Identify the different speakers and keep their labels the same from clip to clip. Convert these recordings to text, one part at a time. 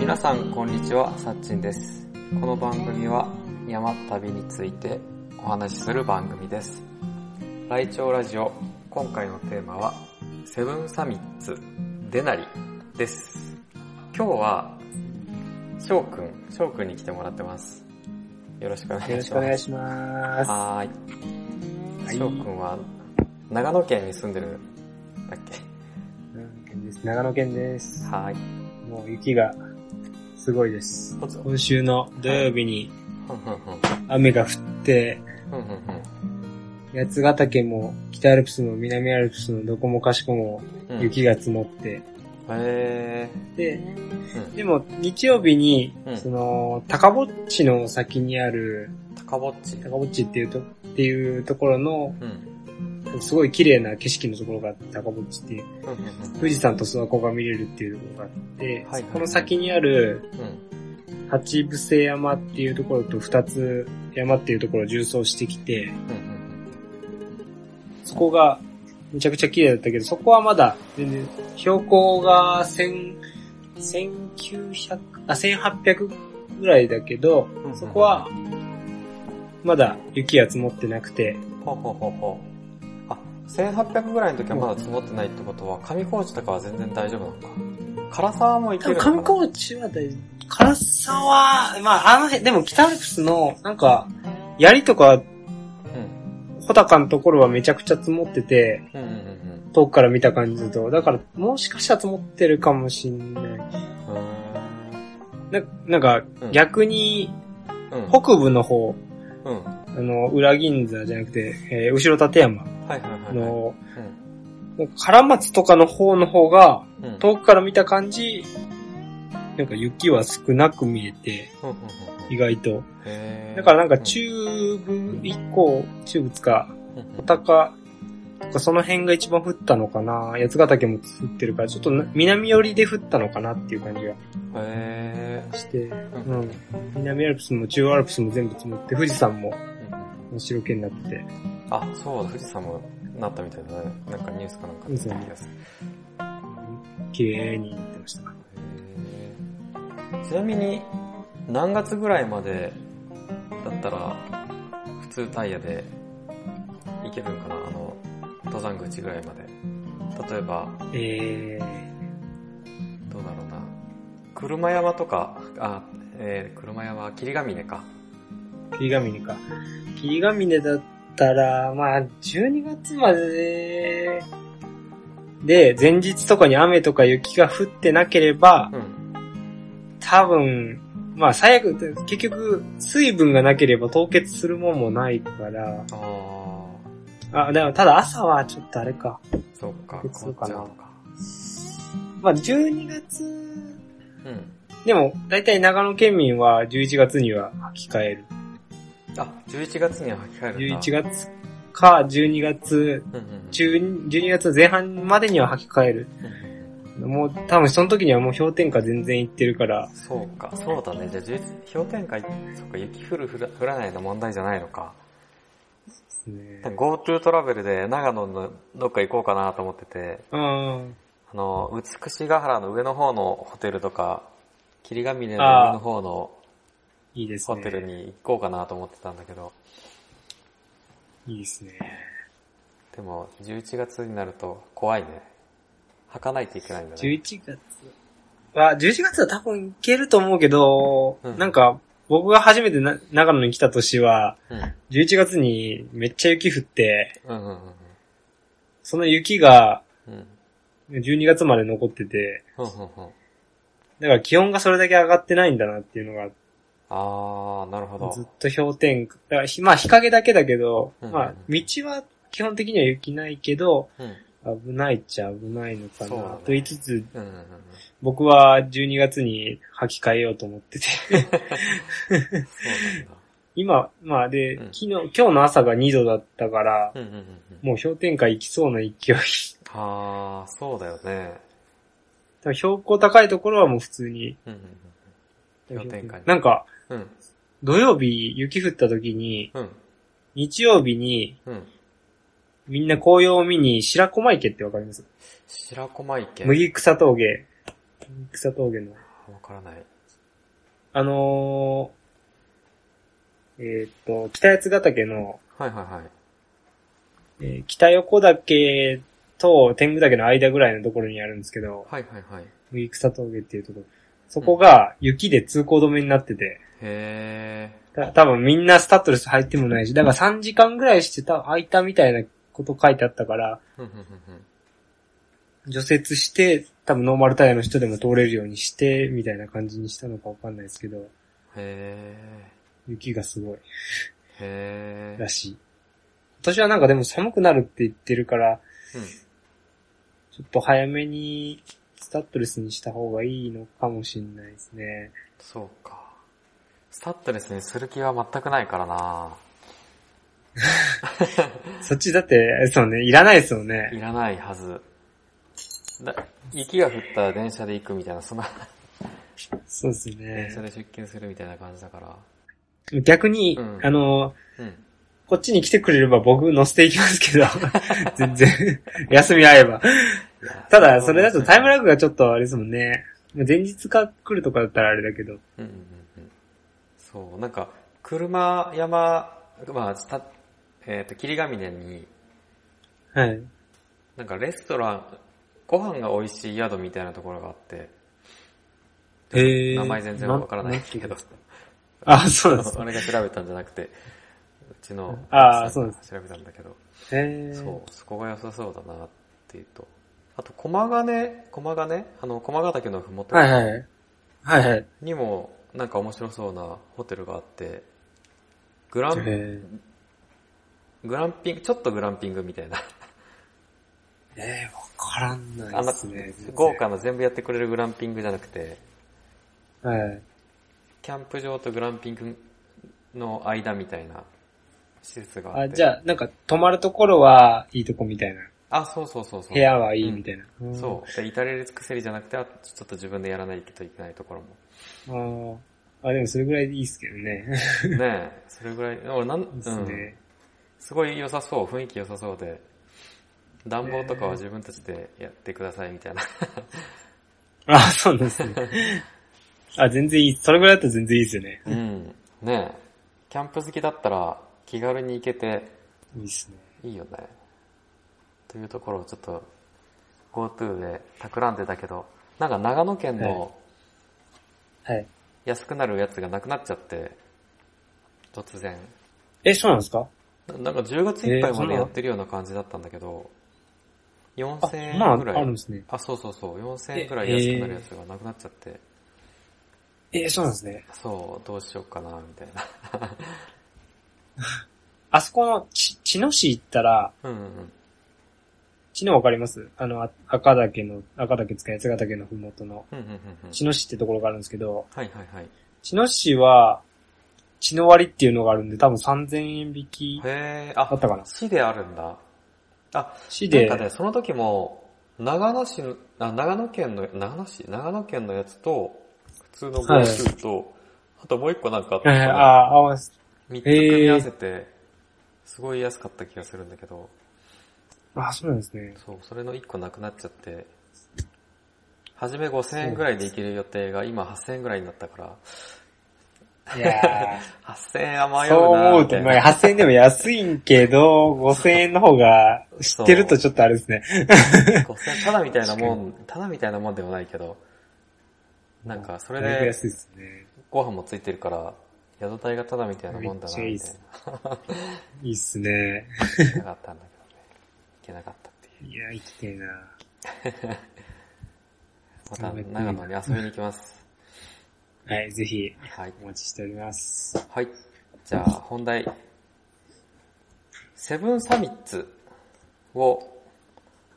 Speaker 1: 皆さんこんにちはさっちんですこの番組は山旅についてお話しする番組です来庁ラジオ今回のテーマはセブンサミッツデナリです今日は翔くん翔くんに来てもらってますよろしくお願いし
Speaker 2: よ
Speaker 1: ま
Speaker 2: ろ
Speaker 1: す
Speaker 2: しくお願いします。
Speaker 1: はー。
Speaker 2: はいい
Speaker 1: 翔くんは、長野県に住んでるんだっけ
Speaker 2: 長野県です。長野県です。
Speaker 1: はーい。
Speaker 2: もう雪がすごいです。
Speaker 1: ほんと
Speaker 2: 今週の土曜日に
Speaker 1: ふんふんふん。
Speaker 2: 雨が降って、
Speaker 1: ふんふん
Speaker 2: 八ヶ岳も北アルプスも南アルプスのどこもかしこも
Speaker 1: ふん。
Speaker 2: 雪が積もって、
Speaker 1: うん。へ
Speaker 2: で、
Speaker 1: ー。
Speaker 2: でも日曜日に、
Speaker 1: うん
Speaker 2: その、高ぼっちの先にある、
Speaker 1: うん。高ぼっち。
Speaker 2: 高ぼっちっていうと、っていうところの、
Speaker 1: うん。
Speaker 2: すごい綺麗な景色のところがあって高ぼっちっていう、
Speaker 1: ふんふんふん。
Speaker 2: 富士山と諏訪湖が見れるっていうところがあって、
Speaker 1: はいはい
Speaker 2: そこの先にある
Speaker 1: うん。
Speaker 2: 八伏山っていうところと二つ山っていうところを縦走してきて、
Speaker 1: ふんふん
Speaker 2: そこがめちゃくちゃ綺麗だったけど、そこはまだ全然標高が千、1900あ、1800ぐらいだけど
Speaker 1: んうん、
Speaker 2: そこはまだ雪が積もってなくて、
Speaker 1: ふん。ほうほうほうほう。あ、1800ぐらいの時はまだ積もってないってことは、上高地とかは全然大丈夫なのか。唐沢も行け
Speaker 2: 多
Speaker 1: る
Speaker 2: 分
Speaker 1: のかな
Speaker 2: 観光地は大丈夫。辛さは、まあ、あの辺、でも北アルプスの、なんか、槍とか、
Speaker 1: うん。
Speaker 2: 穂高のところはめちゃくちゃ積もってて、
Speaker 1: うんうん
Speaker 2: 遠くから見た感じだと。だから、もしかしたら積もってるかもしんない。
Speaker 1: うんうん。
Speaker 2: な、なんか
Speaker 1: うん、
Speaker 2: 逆に、
Speaker 1: うーん。うん。
Speaker 2: 北部の方、
Speaker 1: うん。
Speaker 2: あの、裏銀座じゃなくて、えー後ろ立山
Speaker 1: はいはいはいはい。
Speaker 2: の、
Speaker 1: うん。
Speaker 2: もう唐松とかの方の方が、
Speaker 1: うん。
Speaker 2: 遠くから見た感じ、なんか雪は少なく見えて、
Speaker 1: ふんふん
Speaker 2: 意外と。
Speaker 1: ふんふん。へー
Speaker 2: だからなんか、中部以降、中部っつか、
Speaker 1: うんうんうん
Speaker 2: 穂高とかその辺が一番降ったのかな八ヶ岳も降ってるから、ちょっとな南寄りで降ったのかなっていう感じが
Speaker 1: へ
Speaker 2: して、
Speaker 1: ー
Speaker 2: うん。南アルプスも中央アルプスも全部積もって、富士山も白けになってて、
Speaker 1: あ、そうだ、富士山もなったみたいだね。なんかニュースかなんかで聞いた気がする。
Speaker 2: 綺麗になってました。
Speaker 1: へーちなみに、何月ぐらいまでだったら、普通タイヤで行けるんかなあの、登山口ぐらいまで。例えば、
Speaker 2: え
Speaker 1: どうだろうな。車山とか、あ、えー、車山、霧ヶ峰か。
Speaker 2: ー、霧ヶ峰か。霧ヶ峰だったら、まあ、12月までで、前日とかに雨とか雪が降ってなければ、
Speaker 1: うん。
Speaker 2: 多分、まあ最悪、結局、水分がなければ凍結するもんもないから、
Speaker 1: あー、
Speaker 2: あ、でもただ朝はちょっとあれか。
Speaker 1: そっか、
Speaker 2: 普通かな
Speaker 1: 凍っちゃうのか。
Speaker 2: まあ12月、
Speaker 1: うん。
Speaker 2: でも大体長野県民は11月には履き替える。
Speaker 1: あ、11月には履き替えるんだ。
Speaker 2: 11月か12月、
Speaker 1: うんうんうん。
Speaker 2: 中12月前半までには履き替える。
Speaker 1: うん
Speaker 2: もう多分その時にはもう氷点下全然いってるから、
Speaker 1: そうか、そうだね。じゃあ、11氷点下い、そっか、雪降る降ら降らないの問題じゃないのか。
Speaker 2: ね、
Speaker 1: GoTo トラベルで長野のどっか行こうかなと思ってて、
Speaker 2: うん。
Speaker 1: あの、美しが原の上の方のホテルとか、霧ヶ峰の上の方の
Speaker 2: いいです
Speaker 1: ホ
Speaker 2: ね。
Speaker 1: テルに行こうかなと思ってたんだけど、
Speaker 2: いいですね。
Speaker 1: でも、11月になると怖いね。履かないといけないんだね。
Speaker 2: 11月は、11月は多分いけると思うけど、
Speaker 1: うん
Speaker 2: なんか、僕が初めてな長野に来た年は、11月にめっちゃ雪降って、
Speaker 1: うん。うんうんうん
Speaker 2: その雪が
Speaker 1: うん。うん。
Speaker 2: 12月まで残ってて、
Speaker 1: ふんふんふん。
Speaker 2: だから気温がそれだけ上がってないんだなっていうのが、
Speaker 1: あー、なるほど
Speaker 2: ずっ。と氷点下、だからひまあ日陰だけだけど、
Speaker 1: うん
Speaker 2: まあ道は基本的には雪ないけど、
Speaker 1: うん。
Speaker 2: 危ないっちゃ危ないの
Speaker 1: そ
Speaker 2: か
Speaker 1: うだ
Speaker 2: な、
Speaker 1: ね
Speaker 2: と言いつつ、
Speaker 1: うんうんうんうん。
Speaker 2: 僕は12月に履き替えようと思ってて。
Speaker 1: そうなんだ。
Speaker 2: 今、まあで、
Speaker 1: うん
Speaker 2: 昨日、今日の朝が2度だったから、
Speaker 1: うんうんうんうん。
Speaker 2: もう氷点下行きそうな勢い。
Speaker 1: ああ、そうだよね。
Speaker 2: 多分標高高いところはもう普通に。
Speaker 1: うんうんうん。氷点下に
Speaker 2: なんか、
Speaker 1: うん。
Speaker 2: 土曜日雪降った時に、
Speaker 1: うん。
Speaker 2: 日曜日に
Speaker 1: うん。
Speaker 2: みんな紅葉を見に白駒池ってわかります
Speaker 1: 白駒池。わ
Speaker 2: 麦草峠。麦草峠の。
Speaker 1: からない。
Speaker 2: あのー、えーっと、北八ヶ岳の、
Speaker 1: はいはいはい。
Speaker 2: えー北横岳と天狗岳の間ぐらいのところにあるんですけど、
Speaker 1: はいはいはい。
Speaker 2: 麦草峠っていうところ。そこが雪で通行止めになってて、
Speaker 1: へ
Speaker 2: た多分みんなスタッドレス入ってもないし、だから3時間ぐらいしてた空いたみたいなこと書いてあったから、
Speaker 1: ー。ふんふんふんふん。
Speaker 2: 除雪して、多分ノーマルタイヤの人でも通れるようにして、みたいな感じにしたのかわかんないですけど、
Speaker 1: へ
Speaker 2: 雪がすごい
Speaker 1: ー。へ
Speaker 2: らしい。今年はなんかでも寒くなるって言ってるから、
Speaker 1: ー。うん。
Speaker 2: ちょっと早めにスタッドレスにした方がいいのかもしれないですね。
Speaker 1: そうか。スタッドレスにする気は全くないからな
Speaker 2: そっちだって、そうね、いらないですよ
Speaker 1: い
Speaker 2: ね。
Speaker 1: らないはず。だ雪が降ったら電車で行くみたいな、そんな、
Speaker 2: そうです
Speaker 1: 電車
Speaker 2: ね。
Speaker 1: で出勤するみたいな感じだから。
Speaker 2: 逆に、
Speaker 1: うん
Speaker 2: あの、
Speaker 1: うん。
Speaker 2: こっちに来てくれれば僕乗せていきますけど、 全然、休み合えば。ただ、それだとタイムラ
Speaker 1: グ。
Speaker 2: グがちょっとあれですもんね。前日か来るとかだったらあれだけど。
Speaker 1: うんうんうんうん。そう、なんか、車、山、まあ、スタえっ、と、霧ヶ峰に、
Speaker 2: はい。
Speaker 1: なんかレストラン、ご飯が美味しい宿みたいなところがあって、
Speaker 2: へ
Speaker 1: 名前全然わからないけど、
Speaker 2: あ、そうなんですね。
Speaker 1: 俺が調べたんじゃなくて、うちの、
Speaker 2: あーそうなんで
Speaker 1: 調べたんだけど、
Speaker 2: へー
Speaker 1: そう、そこが良さそうだなっていうと、あと、駒ヶ根、駒ヶ根あの、駒ヶ岳のふもと
Speaker 2: はいはい。はいはい。
Speaker 1: にも、なんか面白そうなホテルがあって、グラン、
Speaker 2: え
Speaker 1: グランピング、ちょっとグランピングみたいな、
Speaker 2: ー、えー、わからん
Speaker 1: あ
Speaker 2: ない
Speaker 1: ん
Speaker 2: で
Speaker 1: な
Speaker 2: すね。
Speaker 1: 豪華な全部やってくれるグランピングじゃなくて、
Speaker 2: はい。
Speaker 1: キャンプ場とグランピングの間みたいな施設があっ
Speaker 2: あ、
Speaker 1: て。
Speaker 2: じゃあ、なんか、泊まるところはいいとこみたいな。
Speaker 1: あ。そうそうそうそう。
Speaker 2: 部屋はいいみたいな。
Speaker 1: そう。で、至れり尽くせりじゃなくて、あちょっと自分でやらないといけないとこ ろも。
Speaker 2: うん。あーあ、でもそれぐらいでいいっすけどね。
Speaker 1: ねえ、それぐらい、俺なん、う
Speaker 2: です
Speaker 1: ん。
Speaker 2: ね。
Speaker 1: すごい良さそう、雰囲気良さそうで、暖房とかは自分たちでやってくださいみたいな。
Speaker 2: あー、そうなんですね。あ、全然いい。それぐらいだったら全然いいですよね。
Speaker 1: うん。ねえ、キャンプ好きだったら気軽に行けて
Speaker 2: いいっすね。
Speaker 1: いいよね。というところをちょっと GoTo で企んでたけど、なんか長野県の
Speaker 2: はい。
Speaker 1: 安くなるやつがなくなっちゃって、突然。
Speaker 2: え、そうなんですか
Speaker 1: ななんか10月いっぱい
Speaker 2: えーそ
Speaker 1: ま
Speaker 2: ん
Speaker 1: で
Speaker 2: な
Speaker 1: やってるような感じだったんだけど、
Speaker 2: あ、
Speaker 1: 4000
Speaker 2: まあ、
Speaker 1: 円
Speaker 2: あ
Speaker 1: ぐらい。
Speaker 2: るんですね。
Speaker 1: あ、そうそうそう、4000円ぐらい安くなるやつがなくなっちゃって、
Speaker 2: え、そうなんですね。
Speaker 1: そう、どうしようかな、みたいな。
Speaker 2: あそこの、ち、茅野市行ったら、
Speaker 1: うんうんうん。
Speaker 2: 茅野わかりますあの、あ赤岳の、赤岳つか八ヶ岳のふもとの、
Speaker 1: うんうんうんうん。
Speaker 2: 茅野市ってところがあるんですけど、
Speaker 1: はいはいはい。
Speaker 2: 茅野市は、茅野割っていうのがあるんで、多分3000円引き
Speaker 1: へえ、あ
Speaker 2: あ、ったかな。
Speaker 1: 市であるんだ。あ、
Speaker 2: 市
Speaker 1: な
Speaker 2: で
Speaker 1: ん、かね、その時も、長野市の、あ長野県の、長野市長野県のやつと、普通の GoTo と、あともう一個なんかあっ
Speaker 2: え
Speaker 1: た
Speaker 2: ー、
Speaker 1: から、
Speaker 2: あー、合わせ、
Speaker 1: 三つ組み合わせて、すごい安かった気がするんだけど、
Speaker 2: あ、そうなんですね。
Speaker 1: そう、それの一個なくなっちゃって、はじめ5000円ぐらいで行ける予定が今8000円ぐらいになったから、
Speaker 2: いや
Speaker 1: 8000円は
Speaker 2: ー、
Speaker 1: 迷
Speaker 2: そう
Speaker 1: うな
Speaker 2: 思
Speaker 1: ー
Speaker 2: う
Speaker 1: みた
Speaker 2: と、
Speaker 1: い
Speaker 2: ま
Speaker 1: な。
Speaker 2: あ、8000円でも安いん けど、5000円の方が、知ってるとちょっとあれですね。
Speaker 1: 5000円、ただみたいなもん、ただみたいなもんでもないけど、なんかそれ
Speaker 2: だいぶ
Speaker 1: で
Speaker 2: 安いですね。
Speaker 1: ご飯もついてるから、宿代がただみたいなもんだな、
Speaker 2: めっちゃいい
Speaker 1: み
Speaker 2: っ
Speaker 1: たい
Speaker 2: すいいっすね。
Speaker 1: な。行けなかったんだけどね。行けなかったっていう。
Speaker 2: いやー、行きてえな。
Speaker 1: また長野に遊びに行きます。
Speaker 2: はい、ぜひ、
Speaker 1: はい。
Speaker 2: お待ちしております。
Speaker 1: はい。じゃあ、本題。セブンサミッツを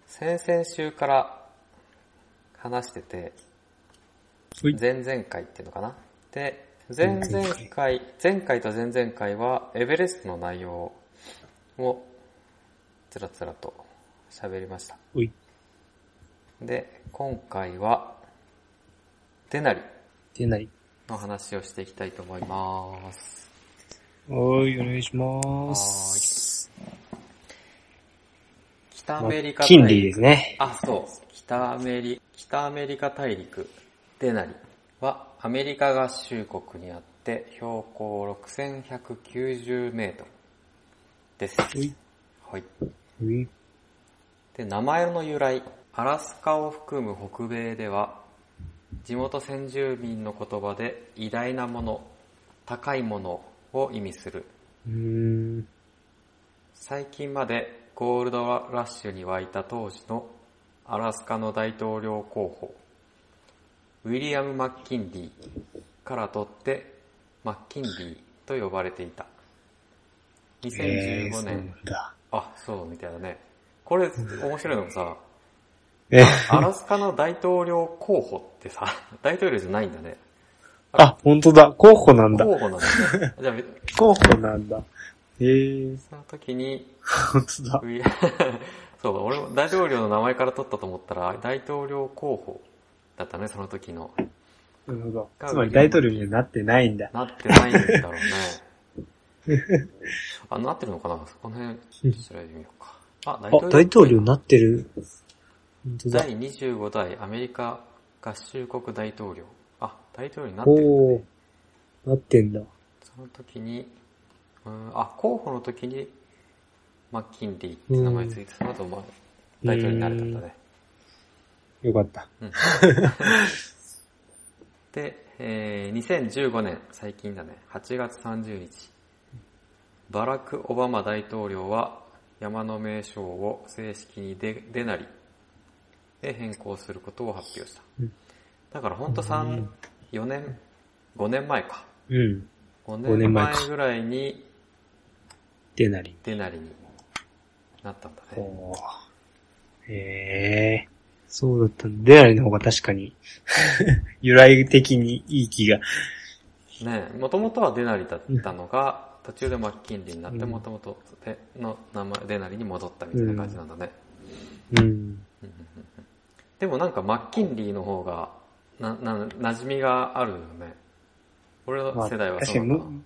Speaker 1: 先々週から話してて、
Speaker 2: ほい
Speaker 1: 前々回っていうのかなで、前々回、前回と前々回はエベレストの内容をつらつらと喋りました。
Speaker 2: おい、
Speaker 1: で、今回は、デナリ
Speaker 2: 出ない。
Speaker 1: の話をしていきたいと思います。
Speaker 2: はい、お願いします。
Speaker 1: 北アメリカ大
Speaker 2: 金利
Speaker 1: 陸
Speaker 2: ですね。
Speaker 1: あ、そう。北アメリ、北アメリカ大陸、デナリはアメリカ合衆国にあって標高6190メートルです。
Speaker 2: い
Speaker 1: はい。
Speaker 2: うん
Speaker 1: で、名前の由来、アラスカを含む北米では、地元先住民の言葉で偉大なもの、高いものを意味する
Speaker 2: うーん。
Speaker 1: 最近までゴールドラッシュに沸いた当時のアラスカの大統領候補ウィリアム・マッキンリーから取ってマッキンリーと呼ばれていた
Speaker 2: えー、
Speaker 1: 2015
Speaker 2: そうな
Speaker 1: 年
Speaker 2: ん、だ。
Speaker 1: あそうみたいだねこれ面白いのも さ
Speaker 2: え、
Speaker 1: アラスカの大統領候補ってさ大統領じゃないんだね
Speaker 2: あ、本当だ。候補なんだ。
Speaker 1: 候補なんだねじゃあ
Speaker 2: 候補なんだ。えー、
Speaker 1: その時に
Speaker 2: 本当だ。
Speaker 1: ウィ そう、俺も大統領の名前から取ったと思ったら、大統領候補だったね、その時の。
Speaker 2: なるほど。つまり大統領にはなってないんだ。
Speaker 1: なってないんだろうね。 あ、なってるのかなそこの辺、調べてみようか。あ、
Speaker 2: あ、大統領になってる。本当だ。
Speaker 1: 第25代アメリカ合衆国大統領。あ、大統領になってる。
Speaker 2: おー、なってんだ。
Speaker 1: その時に、うん、あ、候補の時に、マッキンリーって名前ついて、その後、まあ、大統領になれたんだね。
Speaker 2: よかった。
Speaker 1: で、えー2015年、最近だね、8月30日、バラク・オバマ大統領は山の名称を正式にデデナリで変更することを発表した
Speaker 2: うん。
Speaker 1: だからほんと3、4年、5年前か。
Speaker 2: うん。
Speaker 1: 5年
Speaker 2: 年
Speaker 1: 前
Speaker 2: 前か
Speaker 1: ぐらいに
Speaker 2: でなり。
Speaker 1: デナリになったんだね。
Speaker 2: おー。えー。そうだったんだ。でなりの方が確かに、 由来的にいい気が。
Speaker 1: ねもともとはデナリだったのが、途中でマッキンリーになって、
Speaker 2: うん
Speaker 1: もともとの名前、デナリに戻ったみたいな感じなんだね。
Speaker 2: う
Speaker 1: う
Speaker 2: ん。
Speaker 1: んうんうんうん でもなんかマッキンリーの方が、な、な、馴染みがあるよね。俺の世代は
Speaker 2: 確
Speaker 1: そ
Speaker 2: か
Speaker 1: う
Speaker 2: に
Speaker 1: だな、
Speaker 2: む、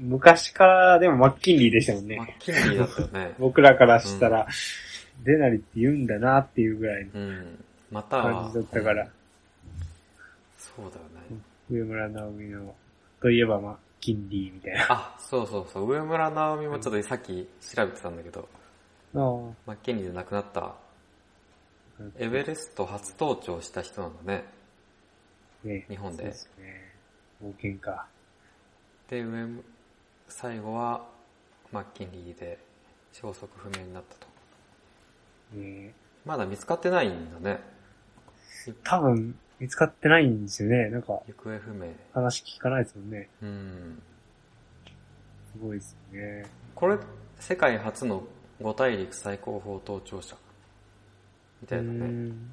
Speaker 2: 昔から、でもマッキンリーでしたもんね。。
Speaker 1: マッキンリーだったよね
Speaker 2: 僕らからしたら、でなりって言うんだなっていうぐらいの
Speaker 1: うん。または
Speaker 2: 感じだったから、
Speaker 1: そうだよ
Speaker 2: う
Speaker 1: ね。
Speaker 2: ん上村直美の、といえばマッキンリーみたいな。
Speaker 1: あ、そうそうそう。上村直美もちょっとさっき調べてたんだけど、
Speaker 2: あ
Speaker 1: マッキンリーで亡くなった、エベレスト初登頂した人なんだね。
Speaker 2: あ、ね。
Speaker 1: 日本
Speaker 2: そう
Speaker 1: で
Speaker 2: で。すね。冒険か。
Speaker 1: で、上む、最後はマッキンリーで消息不明になったと。
Speaker 2: ね
Speaker 1: まだ見つかってないんだね。
Speaker 2: 多分、見つかってないんですよね。なんか、
Speaker 1: 行方不明。
Speaker 2: 話聞かないですもんね。
Speaker 1: うん。
Speaker 2: すごいですね。
Speaker 1: これ、世界初の五大陸最高峰登頂者。みたいだ
Speaker 2: う
Speaker 1: ね。
Speaker 2: ん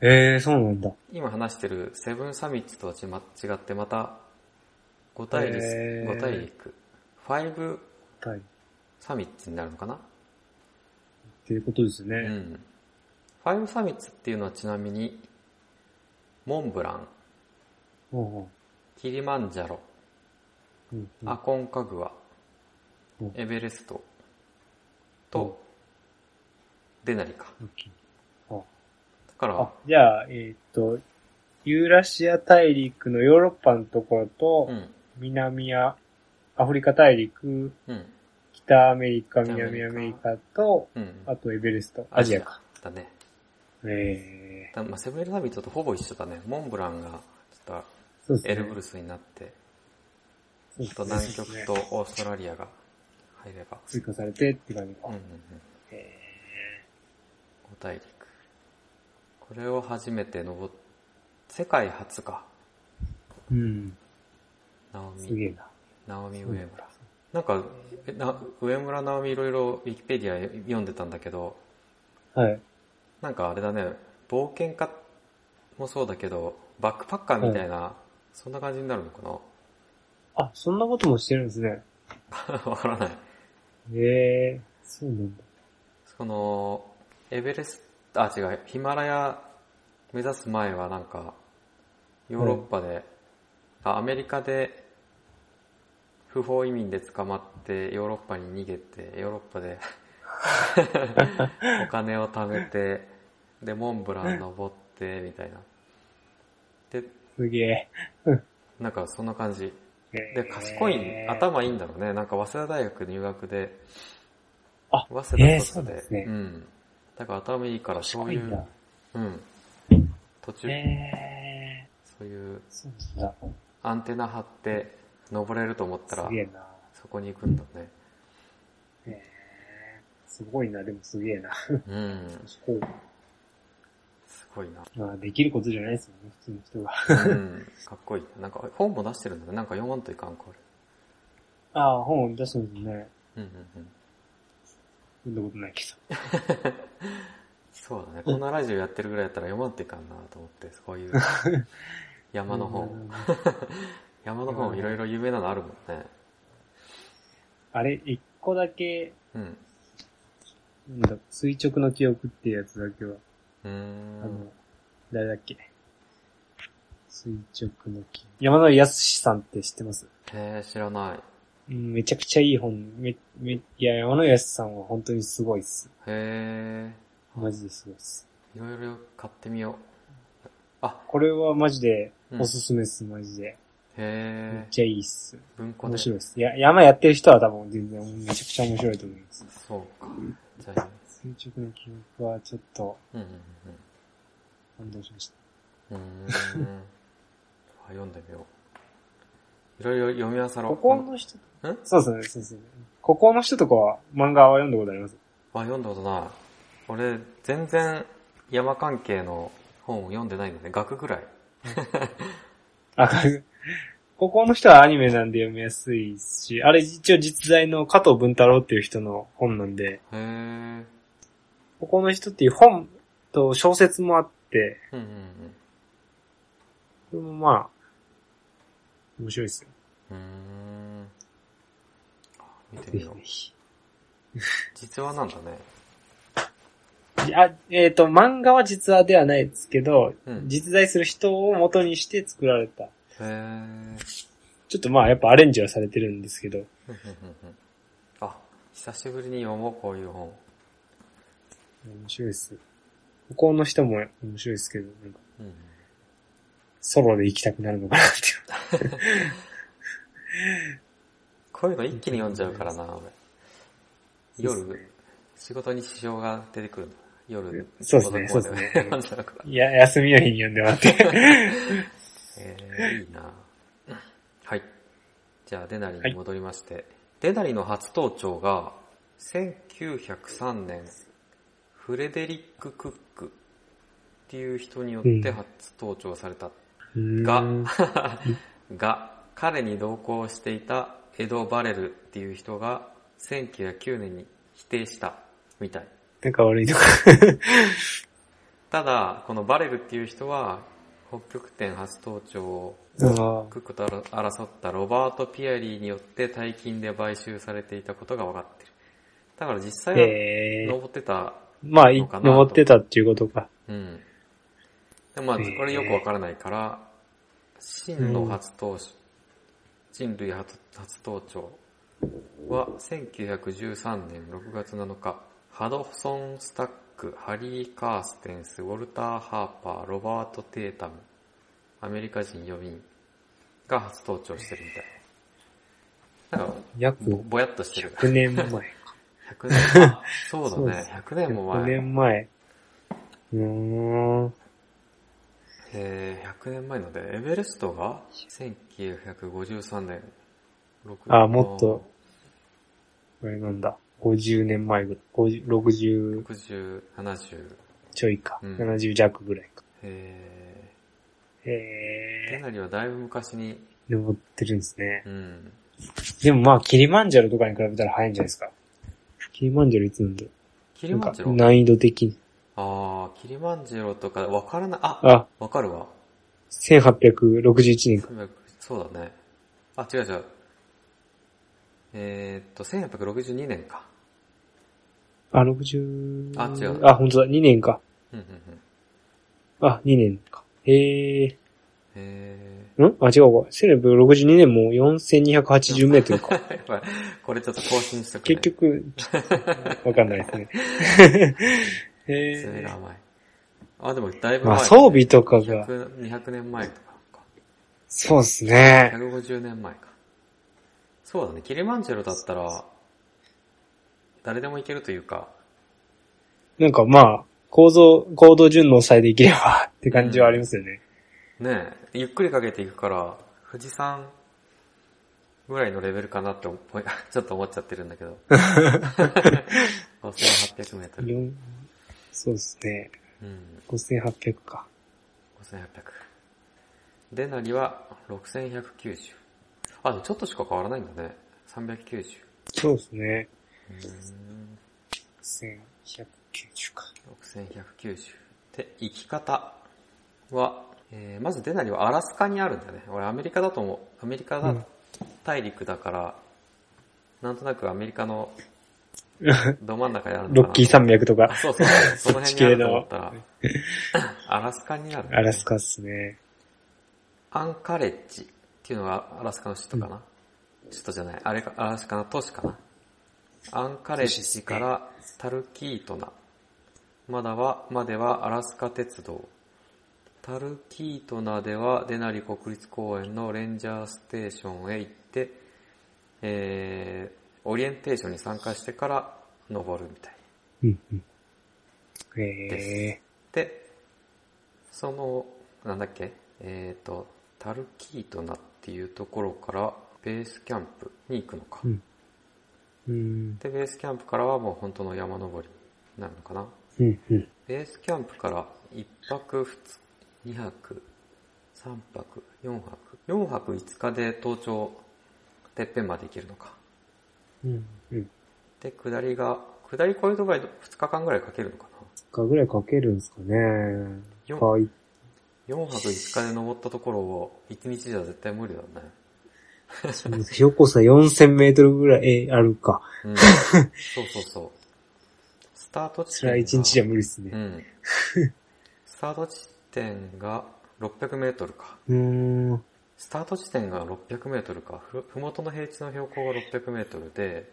Speaker 2: えー、そうなんだ。
Speaker 1: 今話してるセブンサミッツとはちま違ってまた、五大陸、
Speaker 2: へー
Speaker 1: 五大陸、ファイブ
Speaker 2: はい。っ
Speaker 1: サミッツになるのかな、
Speaker 2: ていうことですよね。
Speaker 1: うん。ファイブサミッツっていうのはちなみに、モンブラン、
Speaker 2: ほうほ
Speaker 1: キリマンジャロ、
Speaker 2: ううんうん
Speaker 1: アコンカグア
Speaker 2: うん、
Speaker 1: エベレスト、と、デナリか。
Speaker 2: マッキンリーあ
Speaker 1: だか
Speaker 2: あ
Speaker 1: ら、、
Speaker 2: じゃあ、えーっと、ユーラシア大陸のヨーロッパのところと、
Speaker 1: うん、
Speaker 2: 南ア、アフリカ大陸、
Speaker 1: うん、
Speaker 2: 北アメリカ、
Speaker 1: 北アメリカ
Speaker 2: 南アメリカと、
Speaker 1: うん。
Speaker 2: あとエベレスト、アジアか。。
Speaker 1: だね。
Speaker 2: え
Speaker 1: だまあ、セブンイレサミットとほぼ一緒だね。モンブランが、ちょっ
Speaker 2: ー、そうです
Speaker 1: と、エ
Speaker 2: ね。
Speaker 1: ルブルスになって、
Speaker 2: そう
Speaker 1: あと
Speaker 2: ですね
Speaker 1: 南極とオーストラリアが入れば。
Speaker 2: 追加されてって感じか。
Speaker 1: うんうんうん。
Speaker 2: え
Speaker 1: 五大陸。これを初めて登っ、世界初か。
Speaker 2: ーうん。
Speaker 1: ナオ
Speaker 2: す
Speaker 1: ミ、
Speaker 2: げえな。
Speaker 1: ナオミ上村。なんか、えな上村ナオミいろいろウィキペディア読んでたんだけど、
Speaker 2: はい。
Speaker 1: なんかあれだね、冒険家もそうだけど、バックパッカーみたいな、そんな感じになるのかな
Speaker 2: あ、そんなこともしてるんですね。
Speaker 1: わからない。
Speaker 2: えー、そうなんだ。
Speaker 1: その、エベレスト、あ、違う、ヒマラヤ目指す前はなんか、ヨーロッパで、あ、アメリカで、不法移民で捕まってヨーロッパに逃げて、ヨーロッパでお金を貯めて、で、モンブラン登って、みたいな。で、
Speaker 2: すげえ。
Speaker 1: なんかそんな感じ。で、賢い、頭いいんだろうね。なんか、早稲田大学入学で、
Speaker 2: あ
Speaker 1: 早稲田
Speaker 2: えー
Speaker 1: 卒
Speaker 2: そう
Speaker 1: で、
Speaker 2: ですね
Speaker 1: ん。だから頭いいから、そうい
Speaker 2: 賢いんだ
Speaker 1: う、うん。途中、
Speaker 2: えー、
Speaker 1: そういう
Speaker 2: そうなんだ。
Speaker 1: アンテナ張って、登れると思った
Speaker 2: す
Speaker 1: ら
Speaker 2: げ、えな。
Speaker 1: そこに行くんだね。
Speaker 2: えー、すごいな、でもすげえな。
Speaker 1: うん。
Speaker 2: 賢い。
Speaker 1: すごいな。
Speaker 2: まあ、できることじゃないですもんね、普通の人が。
Speaker 1: うん。かっこいい。なんか、本も出してるんだね。なんか読まんといかんか、こ
Speaker 2: ああ、本を出してるんですね。
Speaker 1: れ。うんうんうん。
Speaker 2: 読んだことないけど。
Speaker 1: そうだね。こんなラジオやってるぐらいやったら読まんといかんなと思って、そういう、山の本。
Speaker 2: うん
Speaker 1: 山の本いろいろ有名なのあるもんね。
Speaker 2: あれ、一個だけ、
Speaker 1: うん。
Speaker 2: なんだ、垂直の記憶ってやつだけは、
Speaker 1: うー
Speaker 2: あの
Speaker 1: ん。、
Speaker 2: 誰だっけ。垂直の記憶。山野康さんって知ってます
Speaker 1: へえ、知らない。
Speaker 2: うん、めちゃくちゃいい本。め、め、いや、山野康さんは本当にすごいっす。
Speaker 1: へ
Speaker 2: マジですごいっす。
Speaker 1: え、いろいろ買ってみよう。あ、
Speaker 2: これはマジで
Speaker 1: うん
Speaker 2: おすすめっす、マジで。め
Speaker 1: へえ、
Speaker 2: っちゃいいっす。
Speaker 1: 文庫で。
Speaker 2: 面白いっす。いや、山やってる人は多分全然めちゃくちゃ面白いと思います。
Speaker 1: そうか。じゃあ、
Speaker 2: 垂直の記憶はちょっと
Speaker 1: うんうん
Speaker 2: 感動しました。
Speaker 1: うん。うーん。 あ読んでみよう。いろいろ読み漁ろ
Speaker 2: こ
Speaker 1: う。
Speaker 2: この人
Speaker 1: ん
Speaker 2: そうですね、そうですね。ここの人とかは漫画は読んだことあります。
Speaker 1: あ、読んだことない。俺、全然山関係の本を読んでないんだね。額ぐらい。
Speaker 2: あ、 ここの人はアニメなんで読みやすいし、あれ一応実在の加藤文太郎っていう人の本なんで、
Speaker 1: へえ。
Speaker 2: ここの人っていう本と小説もあって、
Speaker 1: うんうん
Speaker 2: これもまあ、面白いですよ。
Speaker 1: うん。うーん。あ見て
Speaker 2: ぜ
Speaker 1: み
Speaker 2: ひ
Speaker 1: よ
Speaker 2: ぜ
Speaker 1: う。
Speaker 2: ひ。
Speaker 1: 実話なんだね。
Speaker 2: あ、えっ、と、漫画は実話ではないですけど、
Speaker 1: うん
Speaker 2: 実在する人を元にして作られた。
Speaker 1: へえ。
Speaker 2: ちょっとまあやっぱアレンジはされてるんですけど、
Speaker 1: ふんふんふんふんあ、久しぶりに読もう、こういう本。
Speaker 2: 面白いです。向こうの人も面白いですけど、なんか
Speaker 1: うん。
Speaker 2: ソロで行きたくなるのかなっていう。
Speaker 1: こういうの一気に読んじゃうからな、俺。
Speaker 2: そうですね
Speaker 1: 夜、仕事に支障が出てくるんだ。夜、
Speaker 2: そうです
Speaker 1: 子供で
Speaker 2: ねそうですね
Speaker 1: 読んじゃうから。
Speaker 2: いや、休みの日に読んでもらって。
Speaker 1: えー、いいなはい。じゃあ、デナリに戻りまして。デナリの初登頂が、1903年、フレデリック・クックっていう人によって初登頂された。が
Speaker 2: うん、
Speaker 1: が、彼に同行していたエド・バレルっていう人が、1909年に否定したみたい。
Speaker 2: なんか悪いとか。
Speaker 1: ただ、このバレルっていう人は、北極点初登頂を
Speaker 2: あ
Speaker 1: クックと争ったロバート・ピアリーによって大金で買収されていたことが分かってる。だから実際
Speaker 2: あ
Speaker 1: は
Speaker 2: えー、
Speaker 1: 登ってた、
Speaker 2: まあ、い
Speaker 1: のかなと
Speaker 2: 登ってたっていうことか。
Speaker 1: うん。でまあ、
Speaker 2: えー
Speaker 1: これよく分からないから、真の初登場、人類初初登頂は1913年6月7日、ハドソン・スタック、ハリー・カーステンス、ウォルター・ハーパー、ロバート・テータム、アメリカ人4人が初登頂してるみたい。なんか、ぼ
Speaker 2: 約
Speaker 1: ぼやっとしてる。
Speaker 2: 100年 前。
Speaker 1: 100年、 あそう
Speaker 2: そう
Speaker 1: だ
Speaker 2: で
Speaker 1: ね
Speaker 2: す。
Speaker 1: 100年も
Speaker 2: 100
Speaker 1: 前。
Speaker 2: 年前。うーん。
Speaker 1: えー、100年前ので、エベレストが1953年6
Speaker 2: あもっとこれなんだ。50年前ぐらい。50 60
Speaker 1: 60、70、
Speaker 2: ちょいか。
Speaker 1: うん
Speaker 2: 70弱ぐらいか。
Speaker 1: えー、
Speaker 2: へ
Speaker 1: テ
Speaker 2: え。
Speaker 1: ナリはだいぶ昔に、
Speaker 2: 登ってるんですね。
Speaker 1: うん、
Speaker 2: でもまあ、キリマンジャロとかに比べたら早いんじゃないですか。キリマンジャロいつなんだろ
Speaker 1: キ
Speaker 2: う
Speaker 1: リ
Speaker 2: なん
Speaker 1: マン
Speaker 2: か
Speaker 1: ジェロ
Speaker 2: 難易度的に。
Speaker 1: あー、キリマンジェロとか、わからない、あ、
Speaker 2: あ、
Speaker 1: わかるわ。
Speaker 2: 1861年か。
Speaker 1: そうだね。あ、違う違う。えー、っと、1862年か。
Speaker 2: あ、60。
Speaker 1: あ違う
Speaker 2: あ、本当だ。2年か。
Speaker 1: うんうんうん。
Speaker 2: あ、2年か。へえ。
Speaker 1: えー、
Speaker 2: んあ、違うか。1962年も4280メー トルか。
Speaker 1: これちょっと更新しとく、ね。
Speaker 2: 結局、ちょっとわかんないですね。 へ
Speaker 1: 爪が
Speaker 2: ー
Speaker 1: 甘い。あ、でもだいぶ前、
Speaker 2: まあ装備とかが、
Speaker 1: 100 200年前とかか。
Speaker 2: そうですね。
Speaker 1: 150年前か。そうだね、キリマンジャロだったら、誰でも行けるというか、
Speaker 2: なんかまあ、構造、行動順応さえできればって感じはありますよね。
Speaker 1: ねえ、ゆっくりかけていくから、富士山ぐらいのレベルかなって思 い、ちょっと思っちゃってるんだ けど。5800メートル。
Speaker 2: よんそうですね。
Speaker 1: うん、
Speaker 2: 5800か。
Speaker 1: 5800。で、なりは6190。あ、でもちょっとしか変わらないんだね。390。
Speaker 2: そうですね。
Speaker 1: うん
Speaker 2: 1190か。
Speaker 1: 6190。で、行き方は、えーまずデナリはアラスカにあるんだよね。俺アメリカだと思う。アメリカだ、
Speaker 2: うん
Speaker 1: 大陸だから、なんとなくアメリカのど真ん中にあるのかな
Speaker 2: ロッキー山脈と
Speaker 1: あ
Speaker 2: か、
Speaker 1: そうそう。その辺にあると思った ら
Speaker 2: そ、
Speaker 1: アラスカにある。
Speaker 2: アラスカっすね。
Speaker 1: アンカレッジっていうのがアラスカの首都かな、首都じゃない、あれか、アラスカの都市かなアンカレ
Speaker 2: 都市
Speaker 1: ッ
Speaker 2: っす
Speaker 1: ジ
Speaker 2: ね
Speaker 1: からタルキートナ。まだは、まではアラスカ鉄道。タルキートナではデナリ国立公園のレンジャーステーションへ行って、えー、オリエンテーションに参加してから登るみたい。
Speaker 2: うんうん。え
Speaker 1: で、その、なんだっけ、えっ、と、タルキートナっていうところからベースキャンプに行くのか。
Speaker 2: うんー、うん、
Speaker 1: で、ベースキャンプからはもう本当の山登りになるのかな。
Speaker 2: うん、うん。
Speaker 1: ベースキャンプから1泊2日、2泊、3泊、4泊。4泊5日で登頂、てっぺんまで行けるのか。
Speaker 2: うん、うん。
Speaker 1: で、下りが、下りこういうところ2日間ぐらいかけるのかな。
Speaker 2: かぐらいかけるんですかね。
Speaker 1: よん
Speaker 2: はい。
Speaker 1: 4泊5日で登ったところを1日じゃ絶対無理だね。
Speaker 2: 標高差4000メートルぐらい、え、あるか。
Speaker 1: うんそうそうそう。スタート地
Speaker 2: それは
Speaker 1: 点
Speaker 2: 1日じゃ
Speaker 1: ゃ
Speaker 2: 無理ですね
Speaker 1: う。ん。スタート地点が600メートルか。
Speaker 2: うーん。
Speaker 1: スタート地点が600メートルか。ふ、ふもとの平地の標高が600メートルで、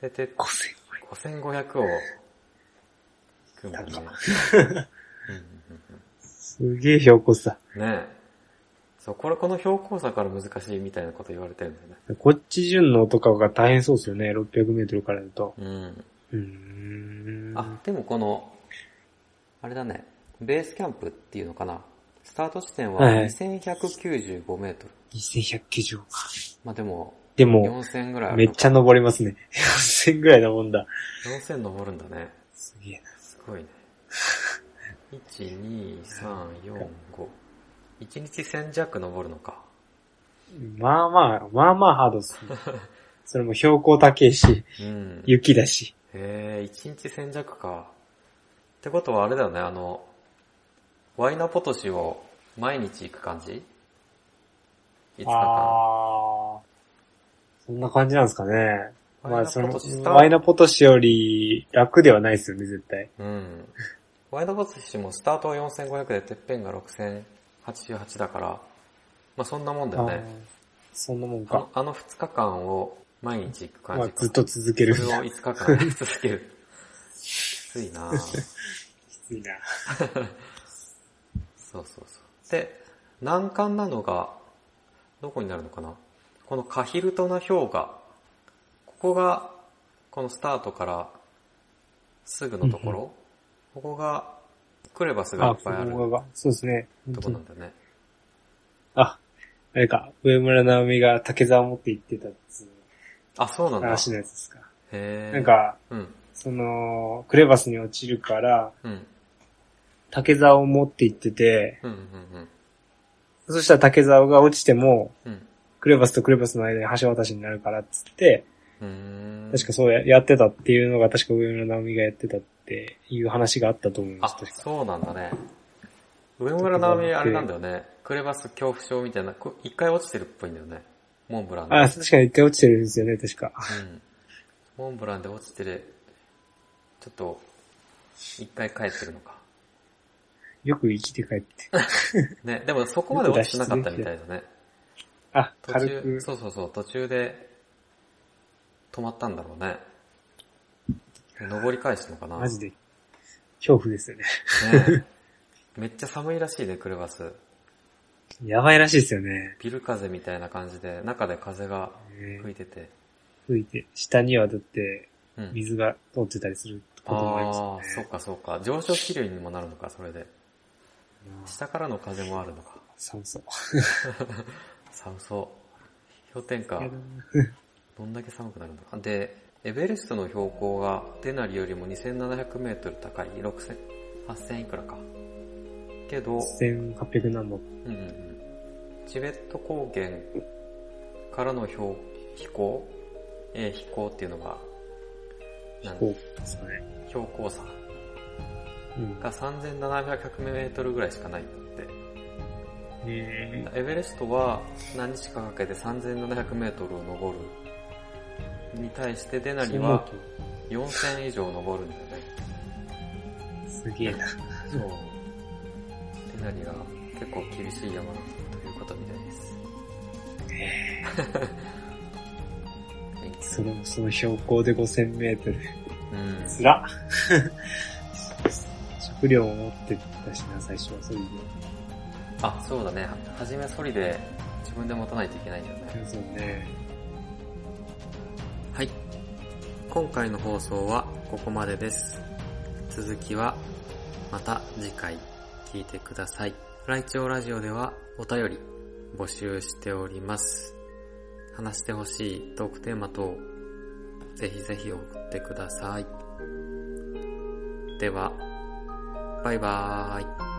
Speaker 1: で、て、
Speaker 2: 5000。
Speaker 1: 5500を、行くんだね。うんうんうん
Speaker 2: すげえ標高差。
Speaker 1: うんねえ。そう、これこの標高差から難しいみたいなこと言われてるんだよね。
Speaker 2: こっち順応とかが大変そうですよね。600メートルからだと。
Speaker 1: うん。
Speaker 2: うーん。
Speaker 1: あ、でもこの、あれだね、ベースキャンプっていうのかな。スタート地点は
Speaker 2: はい
Speaker 1: 2195メートル。
Speaker 2: 2190。
Speaker 1: まあでも、
Speaker 2: でも、
Speaker 1: 4000ぐらいあ
Speaker 2: め
Speaker 1: る
Speaker 2: っちゃ登りますね。4000ぐらいなもんだ。
Speaker 1: 4000登るんだね。
Speaker 2: すげえな。
Speaker 1: すごい ね。1、2、3、4、5。1日1000弱登るのか。
Speaker 2: まあまあ、まあまあハードっす ね。それも標高高いし、
Speaker 1: うん。へ
Speaker 2: 雪だし。
Speaker 1: え1日1000弱か。ってことはあれだよね、あの、ワイナポトシを毎日行く感じ ?5 日間。
Speaker 2: あーそんな感じなんですかね。ま
Speaker 1: ワイ
Speaker 2: あ
Speaker 1: ナ
Speaker 2: そ
Speaker 1: ポ
Speaker 2: の
Speaker 1: トシス、タート
Speaker 2: ワイナポトシより楽ではないですよね、絶対。
Speaker 1: うん。ワイドボッチもスタートは4500でてっぺんが6088だから、まあそんなもんだよ
Speaker 2: あー
Speaker 1: ね。
Speaker 2: そんなもん
Speaker 1: あ
Speaker 2: か
Speaker 1: の。あの2日間を毎日行く感
Speaker 2: まあ
Speaker 1: じか。
Speaker 2: ずっと続ける
Speaker 1: そ。れを5日間 やり続ける。きついなぁ
Speaker 2: きついな。
Speaker 1: そうそうそう。で、難関なのが、どこになるのかなこのカヒルトナ氷河。ここが、このスタートからすぐのところ。ここが、クレバスがい
Speaker 2: あ、
Speaker 1: っぱいある
Speaker 2: ここがそうですね。
Speaker 1: とこなんだよね。
Speaker 2: あ、あれか、上村直美が竹沢持って行ってたっつう
Speaker 1: あ、そうなんだ。
Speaker 2: 話のやつですか。
Speaker 1: へー
Speaker 2: なん、か、
Speaker 1: うん、
Speaker 2: その、クレバスに落ちるから、
Speaker 1: うん、
Speaker 2: 竹沢を持って行ってて、
Speaker 1: うん、うん、
Speaker 2: そしたら竹沢が落ちても、
Speaker 1: うん。
Speaker 2: クレバスとクレバスの間に橋渡しになるからっつって、
Speaker 1: うん。
Speaker 2: 確かそうややってたっていうのが確か上村直美がやってたっていう話があったと思います。
Speaker 1: あ、
Speaker 2: 確か。
Speaker 1: そうなんだね。上村直美あれなんだよね。クレバス恐怖症みたいな、こ一回落ちてるっぽいんだよね。モンブランで。
Speaker 2: あ、確かに一回落ちてるんですよね、確か。
Speaker 1: うん。モンブランで落ちてる、ちょっと、一回帰ってるのか。
Speaker 2: よく生きて帰って。
Speaker 1: ね、でもそこまで落ちてなかったみたいだね。
Speaker 2: あ、
Speaker 1: 途
Speaker 2: 軽
Speaker 1: 中、
Speaker 2: く、
Speaker 1: そうそうそう、途中で止まったんだろうね。登り返すのかな
Speaker 2: マジで、恐怖ですよね。
Speaker 1: ねえめっちゃ寒いらしいね、クルバス。
Speaker 2: やばいらしいですよね。
Speaker 1: ビル風みたいな感じで、中で風が
Speaker 2: ね
Speaker 1: 吹いてて。
Speaker 2: 吹いて、下にはだって、
Speaker 1: うん。
Speaker 2: 水が通ってたりすることもあります
Speaker 1: あ
Speaker 2: よ
Speaker 1: あ、
Speaker 2: ね。
Speaker 1: そうかそうか。上昇気流にもなるのか、それで。
Speaker 2: うん
Speaker 1: 下からの風もあるのか。
Speaker 2: 寒そう。
Speaker 1: 寒そう。氷点下
Speaker 2: や、だ
Speaker 1: どんだけ寒くなるのか。で、エベレストの標高がデナリよりも2700メートル高い、6000、8000いくらか。けど、
Speaker 2: 1800何本。
Speaker 1: うんうんうんチベット高原からの標飛行、えー飛行っていうのが、なん
Speaker 2: こうですかね。
Speaker 1: 標高差
Speaker 2: うん。
Speaker 1: が3700メートルぐらいしかないんだっ
Speaker 2: え
Speaker 1: て。エベレストは何日かかけて3700メートルを登るに対してデナリは4000以上登るんだよね。
Speaker 2: すげえな。
Speaker 1: そう。デナリが結構厳しい山ということみたいです。はい
Speaker 2: その、その標高で5000メートル。
Speaker 1: うん。
Speaker 2: つら っ食料も持ってったしな、最初は。それで。
Speaker 1: あ、そうだね。はじめソリで自分で持たないといけないんだよね。
Speaker 2: そうね。
Speaker 1: はい。今回の放送はここまでです。続きはまた次回聞いてください。ライチョウラジオではお便り募集しております。話してほしいトークテーマ等、ぜひぜひ送ってください。では、バイバーイ。